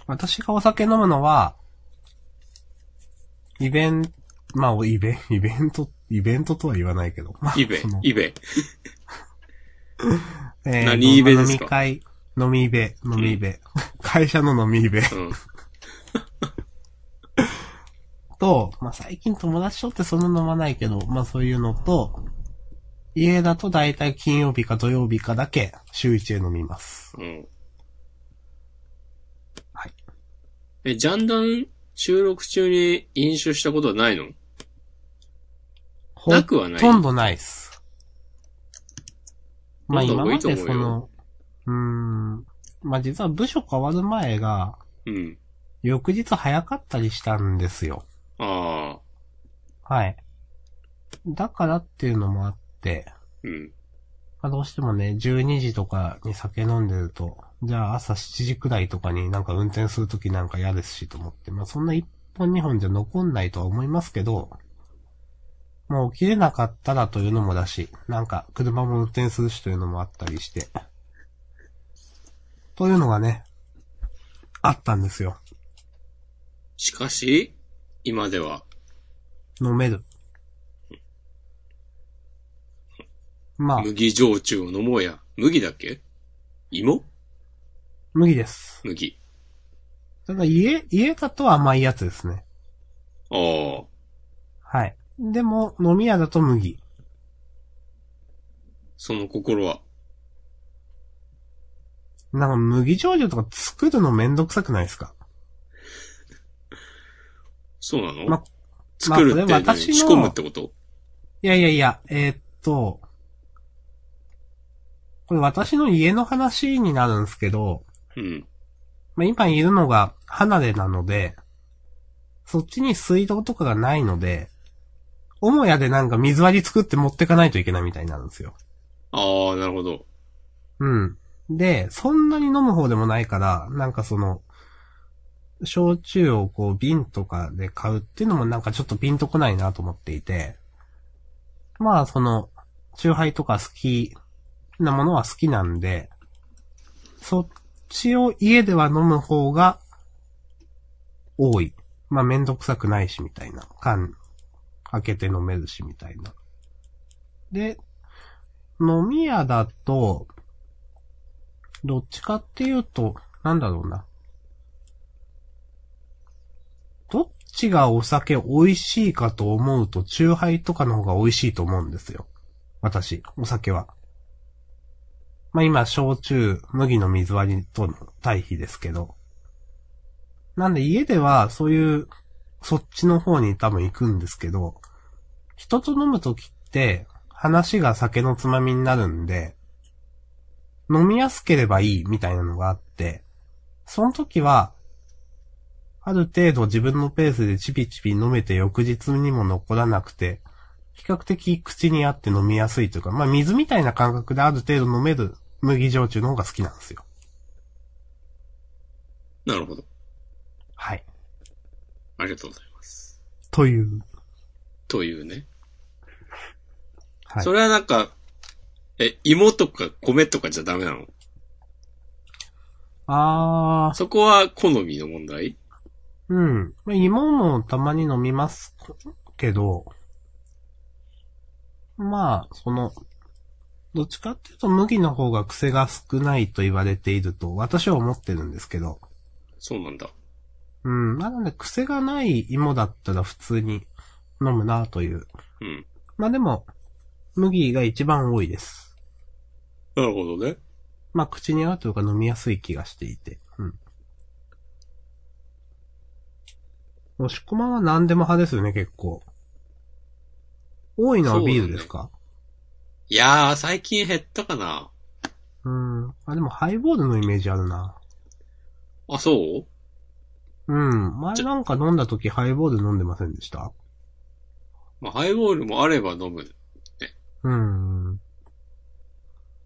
私がお酒飲むのは、イベン、まあ、おイベン、イベント、イベントとは言わないけど。まあ
イベ
その、
イベ。
えー
何イベですか
飲み会、飲みイベ、飲みイベ。会社の飲みイベ
うん。
と、まあ、最近友達とってそんな飲まないけど、まあ、そういうのと、家だと大体金曜日か土曜日かだけ週一で飲みます。
うん。
はい。
え、ジャンダン収録中に飲酒したことはないの
ほ
なくはない。
ほとんどないっす。まあ
飲んだ
今
方がい
ま
いと思
で
うよ
その、うーん、まあ実は部署変わる前が、
うん。
翌日早かったりしたんですよ。
ああ。
はい。だからっていうのもあって、
うん。
まあ、どうしてもね、12時とかに酒飲んでると、じゃあ朝7時くらいとかになんか運転するときなんか嫌ですしと思って、まあそんな1本2本じゃ残んないとは思いますけど、もう起きれなかったらというのもだし、なんか車も運転するしというのもあったりして、というのがね、あったんですよ。
しかし、今では。
飲める。まあ、
麦焼酎を飲もうや。麦だっけ芋
麦です。
麦。
ただ家、家だと甘いやつですね。
ああ。
はい。でも、飲み屋だと麦。
その心は。
なんか麦醤油とか作るのめんどくさくないですか
そうなの、
ま
作るって、
まあこれ私の
仕込むってこと
いやいやいや、えーっと、これ私の家の話になるんですけど、
うん。
まあ、今いるのが離れなので、そっちに水道とかがないので、母屋でなんか水割り作って持ってかないといけないみたいになるんですよ。
ああ、なるほど。
うん。で、そんなに飲む方でもないから、なんかその、焼酎をこう瓶とかで買うっていうのもなんかちょっと瓶とこないなと思っていて、まあその、酎ハイとか好きなものは好きなんで、そっちを家では飲む方が多い。まあめんどくさくないしみたいな。缶開けて飲めるしみたいな。で、飲み屋だと、どっちかっていうと、なんだろうな。どっちがお酒美味しいかと思うと、チューハイとかの方が美味しいと思うんですよ。私、お酒は。まあ今、焼酎、麦の水割りとの対比ですけど。なんで家では、そういう、そっちの方に多分行くんですけど、人と飲むときって、話が酒のつまみになるんで、飲みやすければいいみたいなのがあって、その時は、ある程度自分のペースでチビチビ飲めて翌日にも残らなくて、比較的口に合って飲みやすいというか、まあ水みたいな感覚である程度飲める麦焼酎の方が好きなんですよ。
なるほど。
はい。
ありがとうございます。
という。
というね。
はい
そ。れはなんか、え、芋とか米とかじゃダメなの
あー、
そこは好みの問題
うん。まあ芋もたまに飲みますけど、まあ、その、どっちかっていうと麦の方が癖が少ないと言われていると私は思ってるんですけど、
そうなんだ。
うん。なので、癖がない芋だったら普通に飲むなという。
うん。
まあでも、麦が一番多いです。
なるほどね。
まあ、口に合うというか飲みやすい気がしていて。うん。押し込まんは何でも派ですよね、結構。多いのはビールですか
いやー、最近減ったかな。
う,、ん。あ、でもハイボールのイメージあるな。
あ、そう
うん。前なんか飲んだ時ハイボール飲んでませんでした
まあ、ハイボールもあれば飲む。
うん。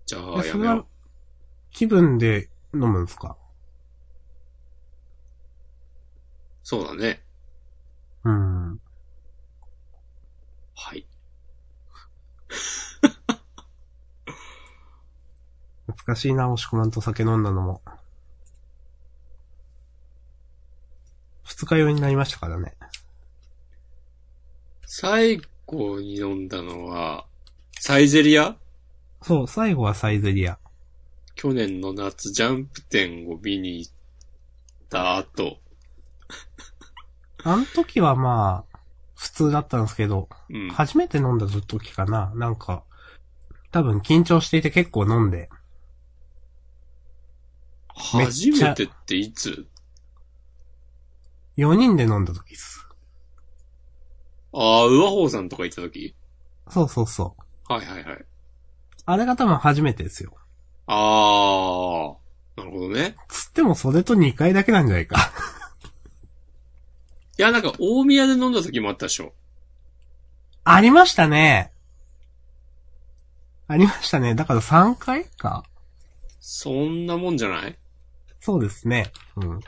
じゃ
いや
あ、
それ
や
は
めよう。
気分で飲むんですか
そうだね。
うん。
はい。
懐かしいな、押し込まんと酒飲んだのも。二日酔いになりましたからね。
最後に飲んだのは、サイゼリア
そう、最後はサイゼリア。
去年の夏、ジャンプ店を見に行った後、
あの時はまあ、普通だったんですけど、
うん。
初めて飲んだ時かな、なんか、多分緊張していて結構飲んで、めっ
初
ちゃ
めてっていつ
4人で飲んだ時です。
ああ、ウワホーさんとか行った時
そうそうそう。
はいはいはい。
あれが多分初めてですよ。
ああ、なるほどね。
つってもそれと2回だけなんじゃないか。
いや、なんか、大宮で飲んだ時もあったでしょ。
ありましたね。ありましたね。だから3回か
そんなもんじゃない
そうですね。うん。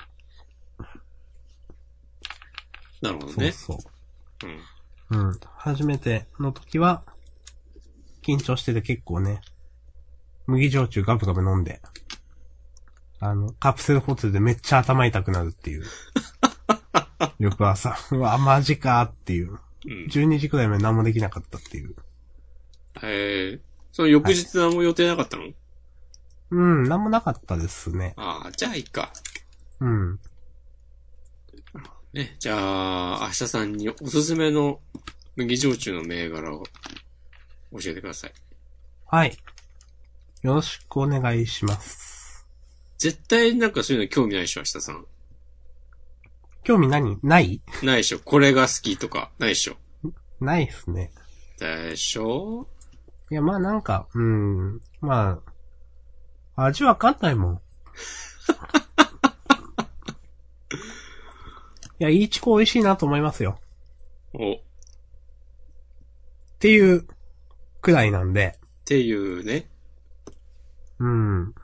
なるほど
そう
ね。
そう。
うん。
うん。初めての時は、緊張してて結構ね、麦焼酎ガブガブ飲んで、あの、カプセルホテルでめっちゃ頭痛くなるっていう。翌朝、うわ、マジかーっていう。
うん。
12時くらいまで何もできなかったっていう。
えー、その翌日何も予定なかったの、
うん、何もなかったですね。
ああ、じゃあいいか。
うん。
ね、じゃあ、明日さんにおすすめの麦焼酎の銘柄を教えてください。
はい。よろしくお願いします。
絶対なんかそういうの興味ないでしょ、明日さん。
興味何ない
ないでしょ、これが好きとか、ないでしょ。
ないっすね。
でしょ
いや、まあなんか、うん、まあ、味わかんないもん。いや、いいチコ美味しいなと思いますよ。
お、っ
っていう、くらいなんで、
ていうね。
うん。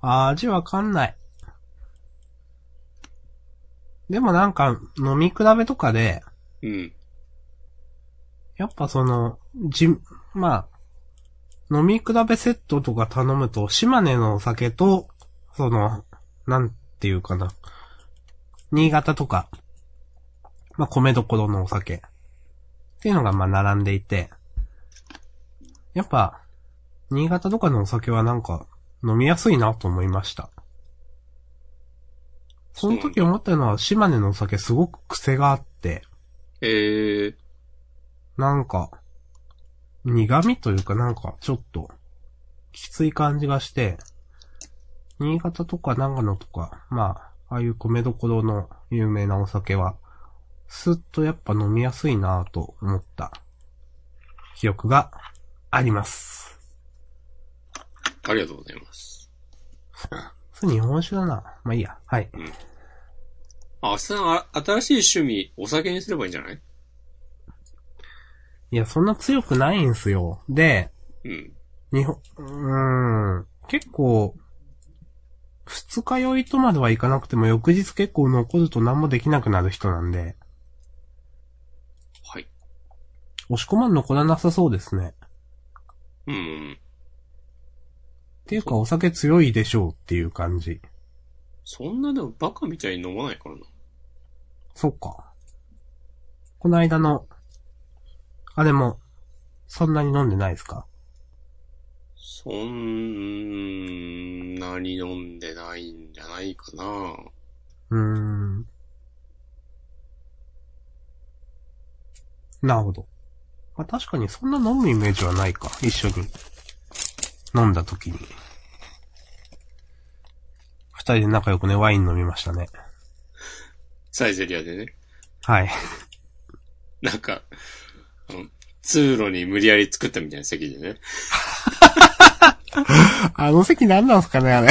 味わかんない。でもなんか、飲み比べとかで、
うん。
やっぱその、じ、まあ、飲み比べセットとか頼むと、島根のお酒と、その、なんていうかな。新潟とか、まあ米どころのお酒。っていうのがまあ並んでいて、やっぱ、新潟とかのお酒はなんか、飲みやすいなと思いました。その時思ったのは、島根のお酒すごく癖があって、
えー、
なんか、苦味というかなんか、ちょっと、きつい感じがして、新潟とか長野とか、まあ、ああいう米どころの有名なお酒は、すっとやっぱ飲みやすいなぁと思った、記憶があります。
ありがとうございます。
それ日本酒だな。まあいいや。はい。
あ、明日さん、あ新しい趣味、お酒にすればいいんじゃない
いや、そんな強くないんすよ。で、
うん。
日本、うーん、結構、二日酔いとまではいかなくても、翌日結構残ると何もできなくなる人なんで、
はい。
押し込まん残らなさそうですね。
うんうん。
っていうか、お酒強いでしょうっていう感じ。
そんなでもバカみたいに飲まないからな。
そっか。この間の、あれも、そんなに飲んでないですか
そんなに飲んでないんじゃないかな。
うーん。なるほど。まあ、確かにそんな飲むイメージはないか。一緒に。飲んだ時に。二人で仲良くね、ワイン飲みましたね。
サイゼリアでね。
はい。
なんか、あの、通路に無理やり作ったみたいな席でね。
*laughs* あの席何なんすかね、あれ。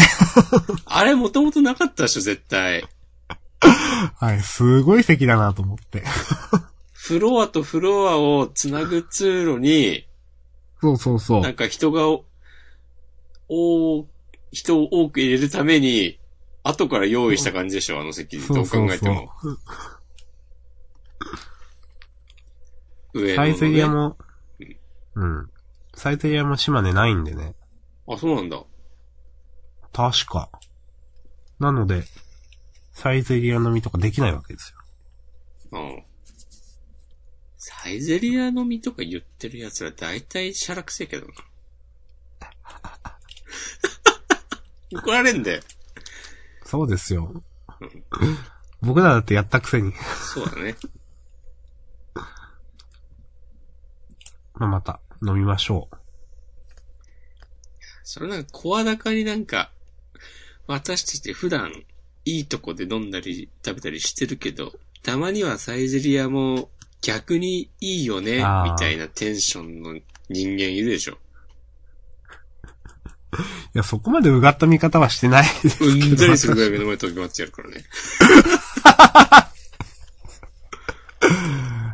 あれもともとなかったでしょ、絶対。
はい、すごい席だなと思って。
フロアとフロアをつなぐ通路に、
そうそうそ
なんか人がお、お人を多く入れるために、後から用意した感じでしょ、あの席。どう考えても。上
サイゼリア
野のね。
も、うん。サイゼリアも島根ないんでね。
あ、そうなんだ。
確か。なので、サイゼリア飲みとかできないわけです
う
よ。
ん。サイゼリア飲みとか言ってる奴ら大体シャラくせえけ
*laughs*
どな。怒られんだよ。
そうですよ。僕らだってやったくせに。
そうだね。
まあ、また、飲みましょう。
それなんか、声高になんか、私たちって普段、いいとこで飲んだり、食べたりしてるけど、たまにはサイゼリアも逆にいいよね、
あー
みたいなテンションの人間いるでし *laughs* ょ。
いや、そこまでうがった見方はしてないですけど。
うんざりするぐらい目の前飛び回ってやるからね。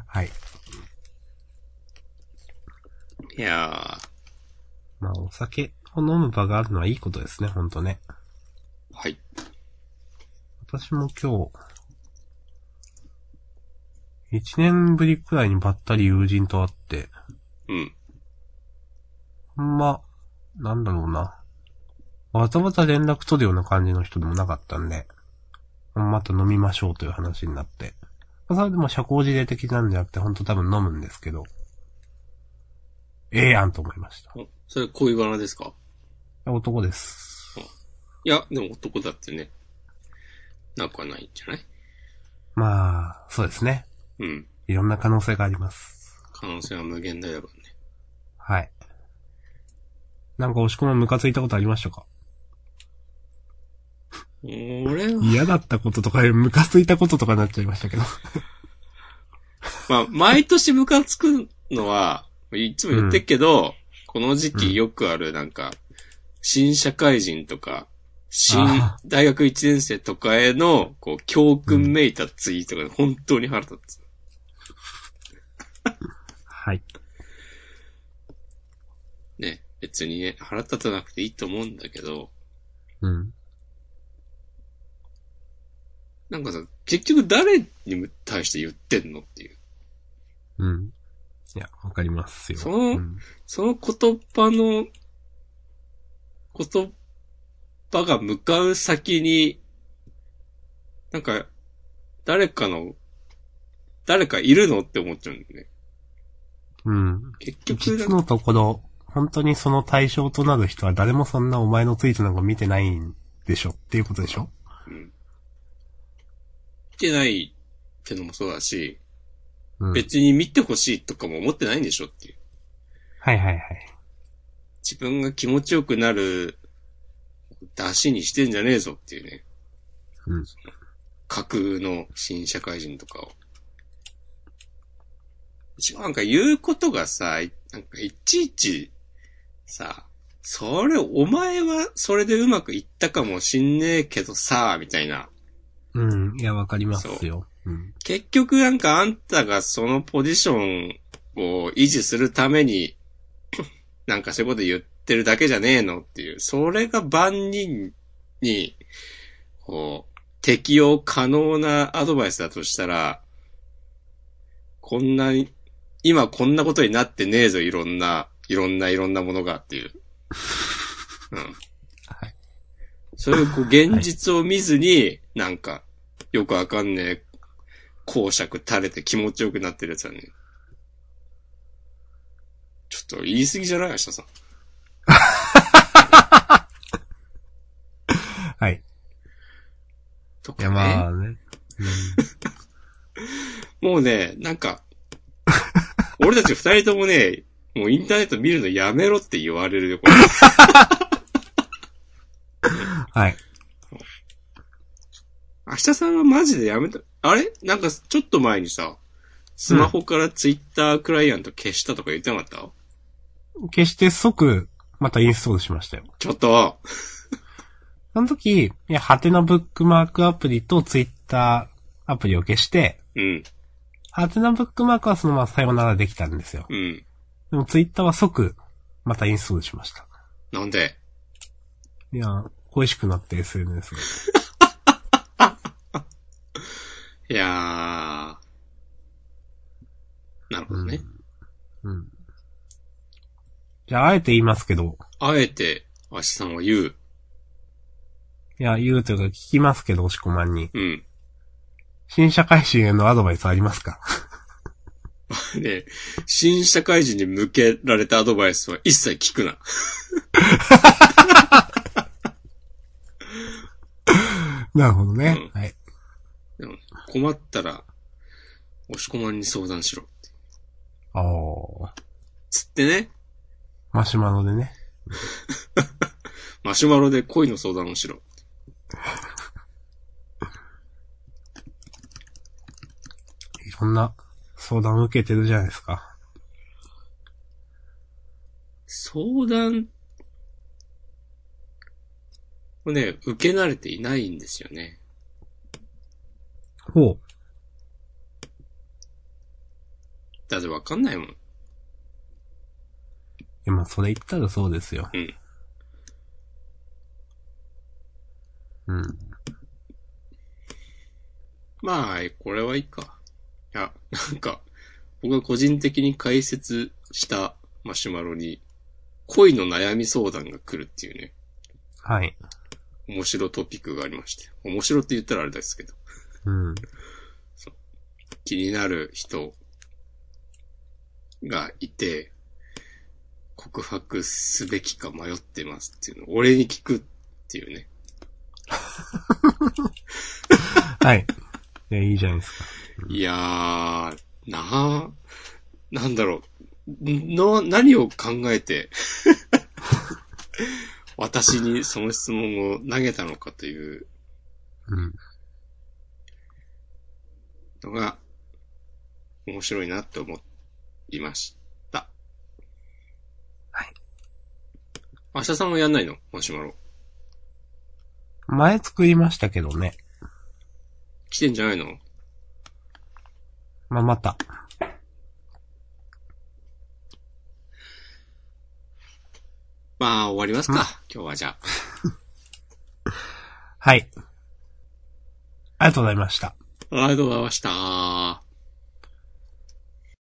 はい。
*laughs* いや
まあ、お酒を飲む場があるのはいいことですね、ほんとね。
ー、はい。
私も今日、一年ぶりくらいにばったり友人と会って、
うん。
ほんま、なんだろうな。わざわざ連絡取るような感じの人でもなかったんで、また飲みましょうという話になって。まあそれでも社交辞令的なんじゃなくて、ほんと多分飲むんですけど。ええやんと思いました。
おそれ恋バナですか
男です。
いや、でも男だってね、なくはないんじゃない
まあ、そうですね。
うん。
いろんな可能性があります。
可能性は無限大だからね。
はい。なんか押し込むムカついたことありましたか
俺は、
嫌だったこととか、ムカついたこととかになっちゃいましたけど。
まあ、毎年ムカつくのは、いつも言ってるけど、この時期よくある、なんか、新社会人とか、新
あ
大学1年生とかへの、こう、教訓めいたツイートが本当に腹立つ。
はい。
ね。別にね、腹立たなくていいと思うんだけど、
うん。
なんかさ、結局誰に対して言ってんのっていう。
うん。いや、わかりますよ。
そうんその言葉の、言葉が向かう先に、なんか、誰かの、誰かいるのって思っちゃうんだよね。
うん。
結局なん
実
か、
のところ、本当にその対象となる人は誰もそんなお前のツイートなんか見てないんでしょっていうことでしょ
うん。見てないってのもそうだし、
うん。はい
別に見てほしいとかも思ってないんでしょっていう。
はいはい。
自分が気持ちよくなる、出しにしてんじゃねえぞっていうね。
うん。
架空の新社会人とかを。しかもなんか言うことがさ、いなんかいちいちさ、それ、お前はそれでうまくいったかもしんねえけどさ、みたいな。
うん。いや、わかりますよ。うん。
結局なんかあんたがそのポジションを維持するために、 *coughs* なんかそういうこと言ってるだけじゃねえのっていう、それが万人に、こう、適用可能なアドバイスだとしたら、こんなに、今こんなことになってねえぞ、いろんな、いろんないろんなものがっていう。うん。
はい。
そういうこう現実を見ずに、なんか、よくわかんねえ公爵垂れて気持ちよくなってるやつはね。ちょっと言い過ぎじゃない明日さん。
はい。
と
い
か
や、
ね。
まあね。
もうね、なんか、 *laughs* 俺たち二人ともね、もうインターネット見るのやめろって言われるよ、これ。
うんはい。
明日さんはマジでやめた。あれなんかちょっと前にさ、スマホからツイッタークライアント消したとか言ってなかった、
決して即、またインストールしましたよ。
ちょっと、
その時、いや、ハテナブックマークアプリとツイッターアプリを消して、
うん、
ハテナブックマークはそのままさよならできたんですよ。
うん。
でもツイッターは即、またインストールしました。
なんで
いや、恋しくなって SNS が。
いやー。なるほどね。
うん。じゃあ、あえて言いますけど、
あえて、明日さんは言う。
いや、言うというか聞きますけど、押し込まんに。
うん。
新社会人へのアドバイスありますか
*laughs*
*laughs*
ね新社会人に向けられたアドバイスは一切聞くな。
なるほどね。はい。
でも困ったら、押し込まんに相談しろ。
ああ。
つってね、
マシュマロでね。
マシュマロで恋の相談をしろ。
いろんな相談を受けてるじゃないですか。
相談、をね、受け慣れていないんですよね。
ほう。
だってわかんないもん。
いや、まあ、それ言ったらそうですよ。
うん。
うん。
まあ、これはいいか。いや、なんか、僕が個人的に解説したマシュマロに、恋の悩み相談が来るっていうね、
はい。
面白トピックがありまして。面白って言ったらあれですけど、
うん。
気になる人がいて、告白すべきか迷ってますっていうのを俺に聞くっていうね。
はい。いや、いいじゃないですか。
いやー、なあなんだろう、の、何を考えて、私にその質問を投げたのかという
うん。
のが、面白いなと思いました。
はい。
明日さんもやんないのマシュマロ。
前作りましたけどね。
来てんじゃないの
まあ、また。
まあ、終わります
うん
か。今日はじゃあ。
はい。ありがとうございました。
ありがとうございました。